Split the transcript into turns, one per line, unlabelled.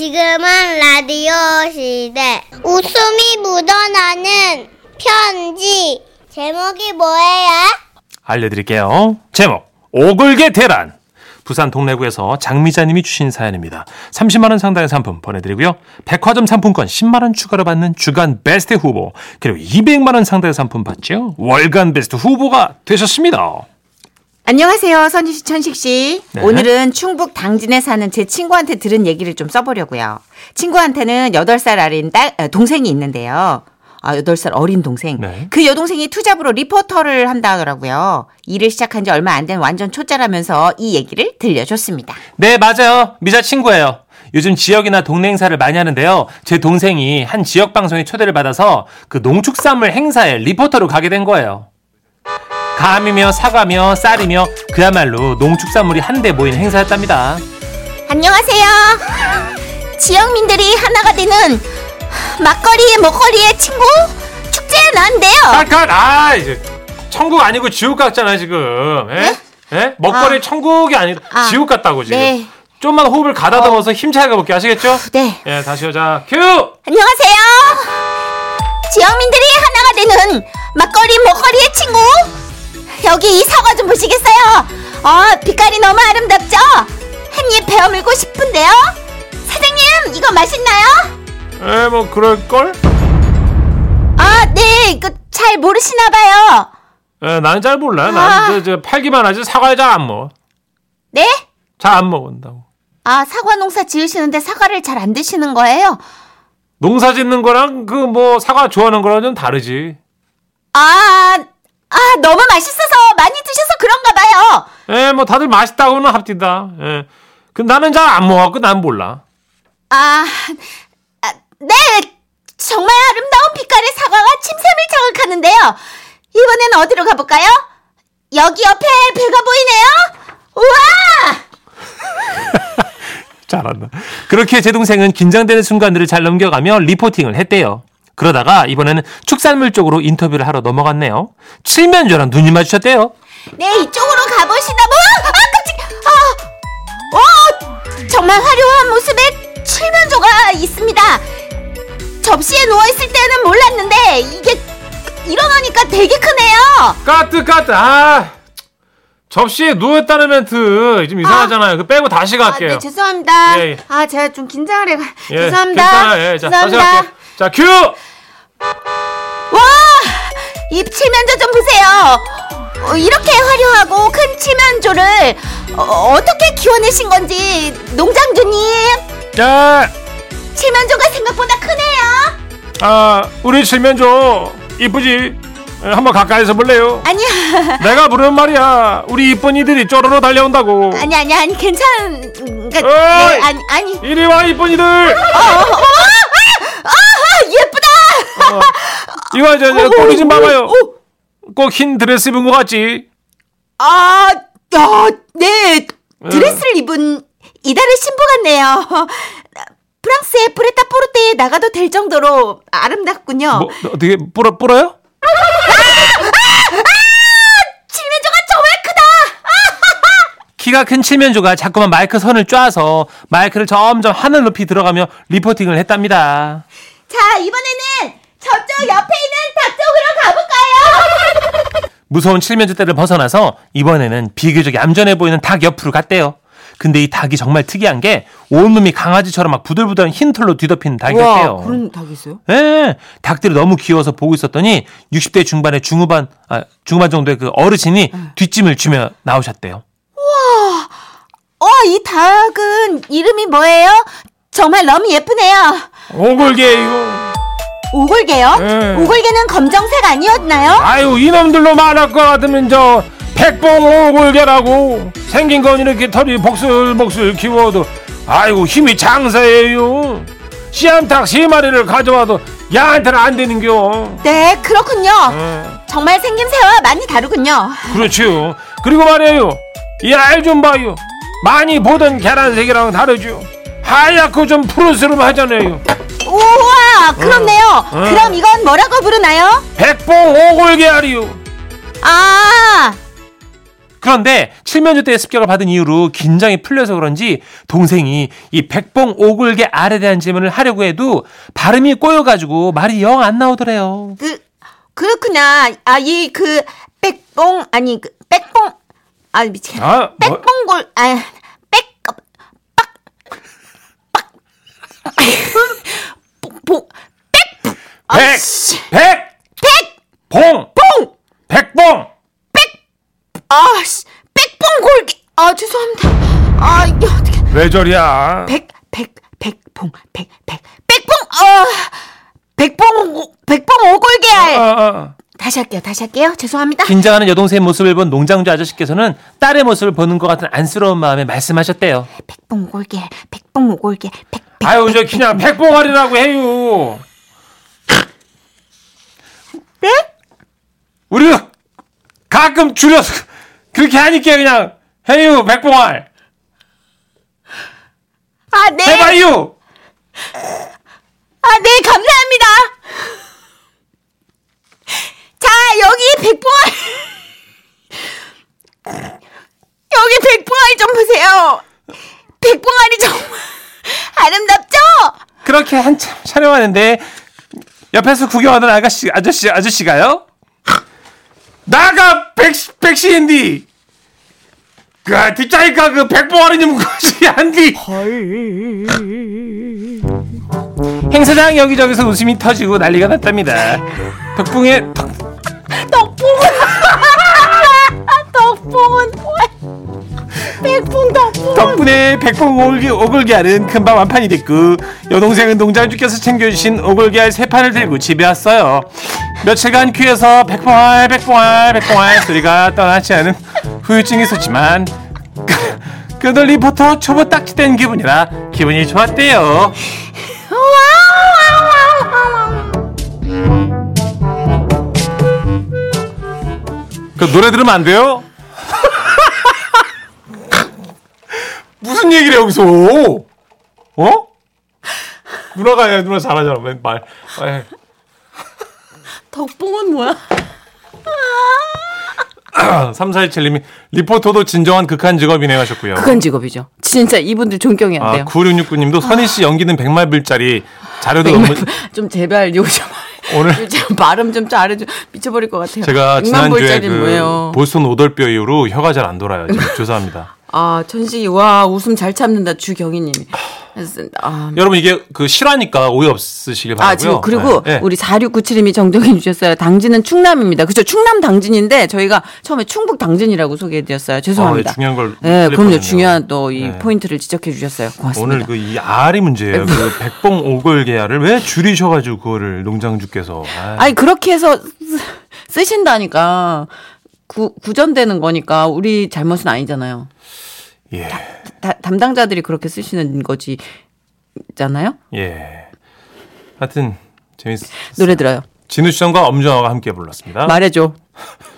지금은 라디오 시대. 웃음이 묻어나는 편지. 제목이 뭐예요?
알려드릴게요. 제목 오골계 대란 부산 동래구에서 장미자님이 주신 사연입니다. 30만 원 상당의 상품 보내드리고요. 백화점 상품권 10만 원 추가로 받는 주간 베스트 후보 그리고 200만 원 상당의 상품 받죠. 월간 베스트 후보가 되셨습니다.
안녕하세요, 선희 씨, 천식 씨.
네.
오늘은 충북 당진에 사는 제 친구한테 들은 얘기를 좀 써보려고요. 친구한테는 8살 어린 딸, 아, 동생이 있는데요. 아, 8살 어린 동생.
네.
그 여동생이 투잡으로 리포터를 한다 하더라고요. 일을 시작한 지 얼마 안 된 완전 초짜라면서 이 얘기를 들려줬습니다.
네 맞아요. 미자 친구예요. 요즘 지역이나 동네 행사를 많이 하는데요. 제 동생이 한 지역 방송에 초대를 받아서 그 농축산물 행사에 리포터로 가게 된 거예요. 감이며 사과며 쌀이며 그야말로 농축산물이 한데 모인 행사였답니다.
안녕하세요. 지역민들이 하나가 되는 막거리의 먹거리의 친구 축제에 나왔는데요.
아까 아 이제 천국 아니고 지옥 같잖아 지금. 예? 예? 먹거리 천국이 아니고
네? 아,
지옥 같다고 지금.
네.
좀만 호흡을 가다듬어서 힘차게 가볼게 아시겠죠?
네.
예, 다시요. 자, 큐!
안녕하세요. 지역민들이 하나가 되는 막거리 먹거리의 친구. 여기 이 사과 좀 보시겠어요? 어, 빛깔이 너무 아름답죠? 한 입 베어물고 싶은데요. 사장님, 이거 맛있나요?
에, 뭐 그럴걸?
아, 네, 이거 잘 모르시나 봐요.
에, 예, 나는 잘 몰라.
아.
나는 저, 저 팔기만 하지 사과를 잘 안 먹어.
네?
잘 안 먹는다고.
아, 사과 농사 지으시는데 사과를 잘 안 드시는 거예요?
농사 짓는 거랑 그 뭐 사과 좋아하는 거랑 좀 다르지.
아, 아, 너무 맛있어서 많이 드셔서 그런가 봐요.
에, 뭐 다들 맛있다고는 합디다. 예. 그 나는 잘 안 먹었고 난 몰라.
아, 아, 네, 정말 아름다운 빛깔의 사과가 침샘을 자극하는데요. 이번엔 어디로 가볼까요? 여기 옆에 배가 보이네요. 우와!
잘한다. 그렇게 제 동생은 긴장되는 순간들을 잘 넘겨가며 리포팅을 했대요. 그러다가 이번에는 축산물 쪽으로 인터뷰를 하러 넘어갔네요. 칠면조랑 눈이 마주쳤대요.
네, 이쪽으로 가보시다 뭐? 아, 깜찍! 아, 어, 정말 화려한 모습에 칠면조가 있습니다. 접시에 누워 있을 때는 몰랐는데 이게 일어나니까 되게 크네요.
까뜨 까뜨. 아 접시에 누웠다는 멘트 좀 이상하잖아요. 그 빼고 다시
아,
갈게요.
네, 죄송합니다.
예, 예.
아, 제가 좀 긴장을 해가.
예,
죄송합니다.
괜찮아요. 예, 자, 다시 갈게요.
죄송합니다.
자, 큐!
와, 이 칠면조 좀 보세요. 어, 이렇게 화려하고 큰 칠면조를 어, 떻게 키워내신 건지 농장주님
자,
칠면조가 생각보다 크네요.
아, 우리 칠면조 이쁘지? 에, 한번 가까이서 볼래요?
아니야.
내가 부르는 말이야. 우리 이쁜이들이 쪼르르 달려온다고.
아니 아니 아니 괜찮 그러니까
어이!
네, 아니 아니
이리 와 이쁜이들.
아 예쁘다
이거 이제 이제 꼬리 좀 봐봐요. 꼭 흰 드레스 입은 것 같지?
아, 아, 네 드레스를 입은 이달의 신부 같네요 프랑스의 브레타 포르테에 나가도 될 정도로 아름답군요
뭐 어떻게 뿌러 뿌러요?
칠면조가 정말 크다
키가 큰 칠면조가 자꾸만 마이크 선을 쪼아서 마이크를 점점 하늘 높이 들어가며 리포팅을 했답니다.
자 이번에는 저쪽 옆에 있는 닭 쪽으로 가볼까요
무서운 칠면조 떼를 벗어나서 이번에는 비교적 얌전해 보이는 닭 옆으로 갔대요. 근데 이 닭이 정말 특이한 게 온몸이 강아지처럼 막 부들부들한 흰 털로 뒤덮인 닭이었대요.
와, 그런 닭이 있어요?
예, 닭들이 너무 귀여워서 보고 있었더니 60대 중반의 중후반, 아, 중후반 정도의 그 어르신이 뒷짐을 쥐며 나오셨대요.
어 이 닭은 이름이 뭐예요 정말 너무 예쁘네요
오골개 이거.
오골개요
네.
오골개는 검정색 아니었나요?
아유 이놈들로 말할 것 같으면 저 백봉 오골개라고 생긴 건 이렇게 털이 복슬복슬 키워도 아이고 힘이 장사예요. 씨암탉 세 마리를 가져와도 야한테는 안 되는겨.
네, 그렇군요.
예,
정말 생김새와 많이 다르군요.
그렇지요. 그리고 말이에요. 이 알 좀 봐요. 많이 보던 계란색이랑 다르죠. 하얗고 좀 푸르스름하잖아요.
우와, 그렇네요.
어.
그럼 이건 뭐라고 부르나요?
백봉 오골개알이요.
아,
그런데 칠면조 때 습격을 받은 이후로 긴장이 풀려서 그런지 동생이 이 백봉 오골계 알에 대한 질문을 하려고 해도 발음이 꼬여가지고 말이 영 안 나오더래요.
그 그렇구나. 아 이 그 백봉 아니 그 백봉 아 미치겠네.
아, 뭐-
백봉골 아 백갑 빡빡
백,
아이씨.
백, 봉,
백봉
백봉.
아씨 백봉골 아 죄송합니다. 아 이게 어떻게
왜 저리야?
백, 백, 백봉, 백, 백, 백봉, 어, 백봉, 오- 백봉 오골계알.
아,
다시 할게요, 다시 할게요. 죄송합니다.
긴장하는 여동생의 모습을 본 농장주 아저씨께서는 딸의 모습을 보는 것 같은 안쓰러운 마음에 말씀하셨대요.
백봉 오골계알, 백봉 오골계알, 백, 백.
아유, 저 그냥 백봉알이라고 해요.
네?
예? 우리도 가끔 줄여서 그렇게 하니까 그냥 해요, 백봉알.
아, 네.
해봐요.
아, 네, 감사합니다. 자, 여기 백봉알. 여기 백봉알 좀 보세요. 백봉알이 정말 아름답죠?
그렇게 한참 촬영하는데 옆에서 구경하던 아가씨 아저씨 아저씨가요? 나가 백 백신디. 그 뒷자리가 그 백봉아리님 것이 한디. 행사장 여기저기서 웃음이 터지고 난리가 났답니다. 덕분에 덕,
덕봉은 덕봉은 백봉 덕봉
덕분에 백봉 오글기, 오글기알은 금방 완판이 됐고 여동생은 농장주께서 챙겨주신 오글기알 세 판을 들고 집에 왔어요. 며칠간 귀에서 백봉알 백봉알 백봉알 소리가 떠나지 않은 후유증이 있었지만 그들 리포터 초보 딱지된 기분이라 기분이 좋았대요. 그 노래 들으면 안 돼요? 무슨 얘기를 해, 여기서? 어? 누나가 아니라 누나 잘하잖아 맨말 에.
덕봉은 뭐야?
3417님이 리포터도 진정한 극한 직업이네 하셨고요
그건 직업이죠. 진짜 이분들 존경해야
아,
돼요.
9669님도 선희 씨 연기는 백말불짜리 자료도 너무
정말 좀 제발 요즘
오늘
요즘 발음 좀 잘해줘 미쳐버릴 것 같아요.
제가 지난주에
백만불짜리는
그
뭐예요?
보스턴 오돌뼈 이후로 혀가 잘 안 돌아요 지금 죄송합니다
아 천식이 와 웃음 잘 참는다 주경희님이. 아,
여러분 이게 그 실화니까 오해 없으시길 바라고요
아 지금 그리고
네, 네.
우리 4697님이 정정해 주셨어요. 당진은 충남입니다. 그죠? 충남 당진인데 저희가 처음에 충북 당진이라고 소개해드렸어요.
어,
죄송합니다.
네, 중요한 걸
네, 그럼요.
틀렸거든요.
중요한 또 이
네.
포인트를 지적해 주셨어요. 고맙습니다. 네.
오늘 그 이 알이 문제예요 그 백봉 오골계알을 왜 줄이셔가지고 그거를 농장주께서 아이.
아니 그렇게 해서 쓰- 쓰신다니까 구, 구전되는 거니까 우리 잘못은 아니잖아요.
예.
다- 담당자들이 그렇게 쓰시는 거지잖아요.
예. 하여튼 재밌
노래 들어요.
진우 씨과 엄정화가 함께 불렀습니다.
말해줘.